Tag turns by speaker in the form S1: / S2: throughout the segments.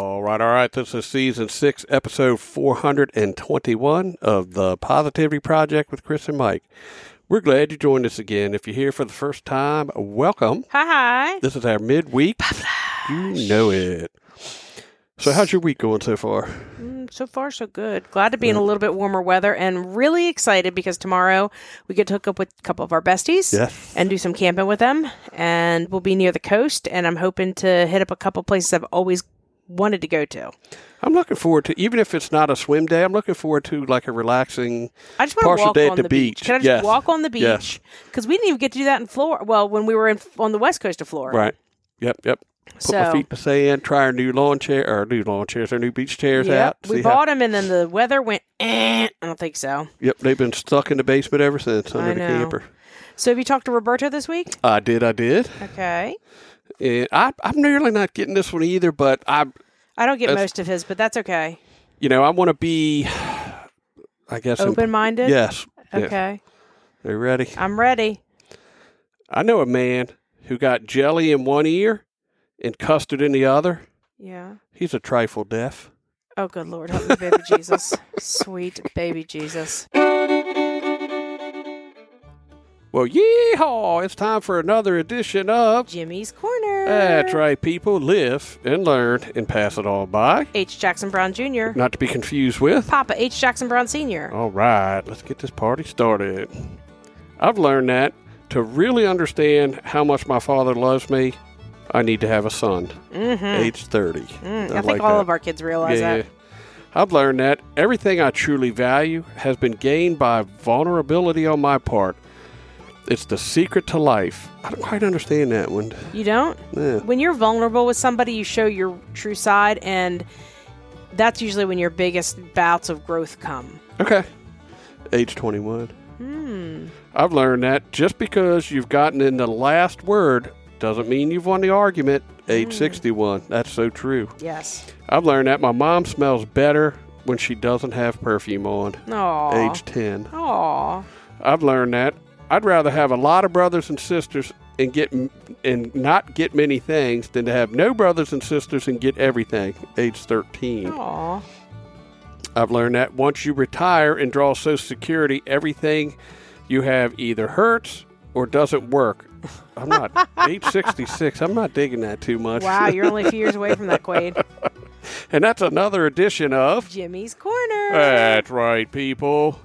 S1: All right, all right. This is season six, episode 421 of the Positivity Project with Chris and Mike. We're glad you joined us again. If you're here for the first time, welcome.
S2: Hi.
S1: This is our midweek. You know it. So, how's your week going so far?
S2: Mm, So far, so good. Glad to be in a little bit warmer weather and really excited because tomorrow we get to hook up with a couple of our besties
S1: Yes.
S2: and do some camping with them. And we'll be near the coast. And I'm hoping to hit up a couple places I've always wanted to go to.
S1: I'm looking forward to, even if it's not a swim day, I'm looking forward to like a relaxing.
S2: I just want to
S1: Partial
S2: walk
S1: day at
S2: on
S1: the
S2: the,
S1: beach.
S2: Can I just
S1: Yes.
S2: walk on the beach?
S1: Yes.
S2: Because we didn't even get to do that in Florida. Well, when we were in, on the west coast of Florida.
S1: Right. Yep, yep. Put my
S2: So-
S1: feet in the sand, try our new lawn chair, our new lawn chairs, our new beach chairs out.
S2: Yep. We
S1: see how-
S2: bought them and then the weather went, eh, I don't think so.
S1: Yep, they've been stuck in the basement ever since under
S2: I
S1: the
S2: know.
S1: camper.
S2: So have you talked to Roberto this week?
S1: I did, I did.
S2: Okay.
S1: And I, I'm nearly not getting this one either, but I,
S2: I don't get
S1: That's-
S2: most of his, but that's okay.
S1: you know, I want to be, I guess, I'm-
S2: Open minded?
S1: yes. yes.
S2: Okay.
S1: Are you ready?
S2: I'm ready.
S1: I know a man who got jelly in one ear and custard in the other.
S2: Yeah.
S1: He's a trifle deaf.
S2: Oh, good Lord. Help me, baby Jesus. Sweet baby Jesus.
S1: Well, yeehaw! It's time for another edition of.
S2: Jimmy's Corner.
S1: That's right, people. Live and learn and pass it all by.
S2: H. Jackson Brown Jr.
S1: Not to be confused with.
S2: Papa H. Jackson Brown Sr.
S1: All right, let's get this party started. I've learned that to really understand how much my father loves me, I need to have a son, age 30.
S2: Mm-hmm. Mm, I, think all of our kids realize that.
S1: I've learned that everything I truly value has been gained by vulnerability on my part. It's the secret to life. I don't quite understand that one.
S2: You don't?
S1: Yeah.
S2: When you're vulnerable with somebody, you show your true side, and that's usually when your biggest bouts of growth come.
S1: Okay. Age 21. I've learned that just because you've gotten in the last word doesn't mean you've won the argument. Age 61. That's so true.
S2: Yes.
S1: I've learned that my mom smells better when she doesn't have perfume on.
S2: Aw.
S1: Age 10.
S2: Aw.
S1: I've learned that I'd rather have a lot of brothers and sisters and get m- and not get many things than to have no brothers and sisters and get everything. Age 13.
S2: Aw.
S1: I've learned that once you retire and draw Social Security, everything you have either hurts or doesn't work. I'm not age 66. I'm not digging that too much.
S2: Wow, you're only a few years away from that, Quade.
S1: and that's another edition of
S2: Jimmy's Corner.
S1: That's right, people.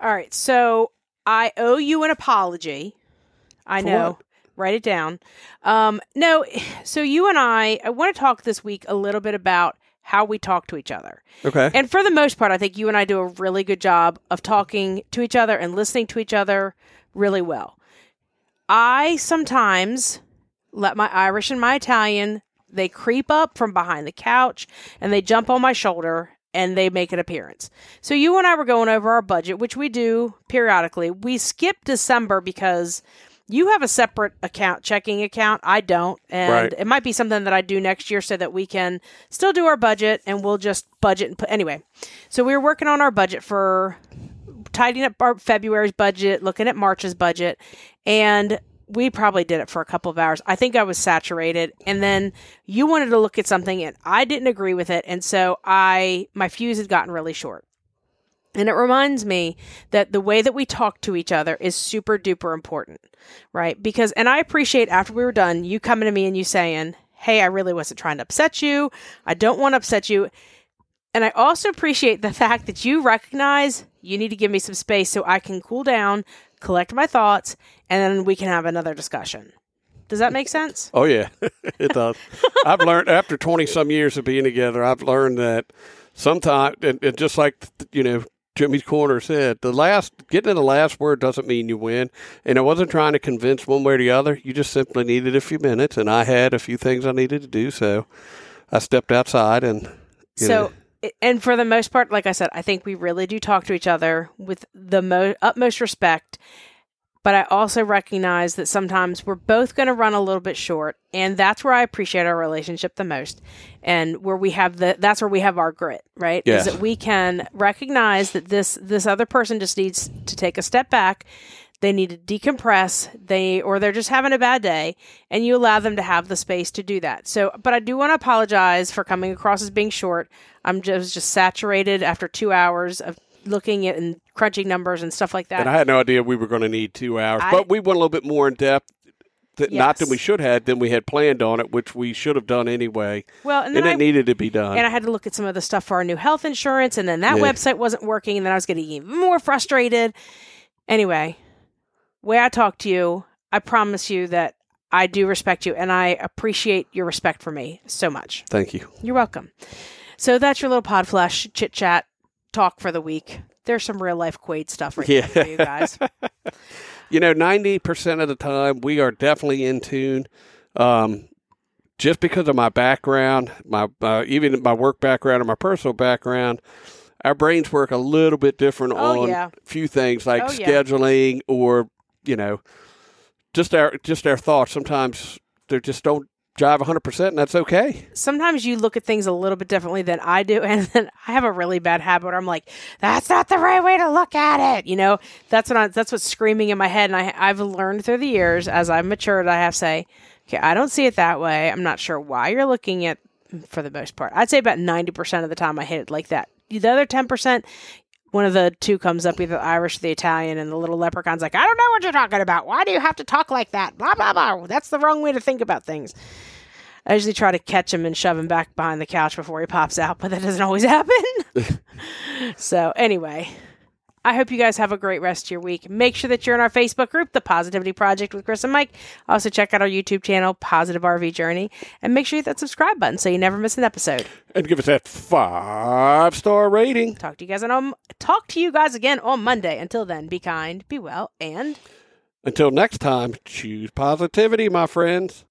S2: All right. So I owe you an apology. I
S1: For
S2: know.
S1: what?
S2: Write it down. Um, no, so you and I, I want to talk this week a little bit about how we talk to each other.
S1: Okay.
S2: And for the most part, I think you and I do a really good job of talking to each other and listening to each other really well. I sometimes let my Irish and my Italian, they creep up from behind the couch and they jump on my shoulder and they make an appearance. So you and I were going over our budget, which we do periodically. We skip December because you have a separate account, checking account. I don't. And
S1: Right.
S2: it might be something that I do next year so that we can still do our budget and we'll just budget and put anyway. So we were working on our budget for tidying up our February's budget, looking at March's budget, and we probably did it for a couple of hours. I think I was saturated, and then you wanted to look at something, and I didn't agree with it, and so I my fuse had gotten really short. And it reminds me that the way that we talk to each other is super duper important, right? Because, and I appreciate after we were done, you coming to me and you saying, Hey, I really wasn't trying to upset you. I don't want to upset you. And I also appreciate the fact that you recognize you need to give me some space so I can cool down, collect my thoughts, and then we can have another discussion. Does that make sense?
S1: Oh yeah, it does. I've learned after twenty some years of being together, I've learned that sometimes, and, and just like you know, Jimmy's Corner said, the last getting to the last word doesn't mean you win. And I wasn't trying to convince one way or the other. You just simply needed a few minutes, and I had a few things I needed to do, so I stepped outside and you know,
S2: So, i- and for the most part, like I said, I think we really do talk to each other with the mo- utmost respect. But I also recognize that sometimes we're both going to run a little bit short, and that's where I appreciate our relationship the most, and where we have the that's where we have our grit, right?
S1: Yes.
S2: Is that we can recognize that this this other person just needs to take a step back. They need to decompress. They or they're just having a bad day, and you allow them to have the space to do that. So, but I do want to apologize for coming across as being short. I'm just just saturated after two hours of looking at and crunching numbers and stuff like that.
S1: and I had no idea we were going to need two hours,
S2: I-
S1: but we went a little bit more in depth. That Not than
S2: Yes.
S1: we should have, than we had planned on it, which we should have done anyway.
S2: well, and
S1: And,
S2: then I,
S1: it needed to be done.
S2: and I had to look at some of the stuff for our new health insurance, and then that
S1: Yeah.
S2: website wasn't working, and then I was getting even more frustrated. Anyway, way I talk to you, I promise you that I do respect you, and I appreciate your respect for me so much.
S1: Thank you.
S2: You're welcome. So that's your little pod flash chit chat talk for the week. There's some real life Quaid stuff right
S1: Yeah.
S2: there for you guys.
S1: You know, 90% of the time, we are definitely in tune. Um, just because of my background, my uh, even my work background and my personal background, our brains work a little bit different
S2: Oh,
S1: on
S2: yeah.
S1: few things like
S2: Oh, yeah.
S1: scheduling or, you know, just our just our thoughts. Sometimes they just don't jive 100%, and that's okay.
S2: Sometimes you look at things a little bit differently than I do, and then I have a really bad habit where I'm like, "That's not the right way to look at it." You know, that's what I, that's what's screaming in my head, and I I've learned through the years as I've matured, I have to say, "Okay, I don't see it that way. I'm not sure why you're looking at." For the most part, I'd say about ninety percent of the time I hit it like that. The other ten percent, one of the two comes up, either the Irish or the Italian, and the little leprechaun's like, I don't know what you're talking about. Why do you have to talk like that? Blah, blah, blah. That's the wrong way to think about things. I usually try to catch him and shove him back behind the couch before he pops out, but that doesn't always happen. so, anyway, I hope you guys have a great rest of your week. Make sure that you're in our Facebook group, The Positivity Project with Chris and Mike. Also, check out our YouTube channel, Positive RV Journey, and make sure you hit that subscribe button so you never miss an episode.
S1: And give us that five star rating.
S2: Talk to you guys on um, talk to you guys again on Monday. Until then, be kind, be well, and
S1: Until next time, choose positivity, my friends.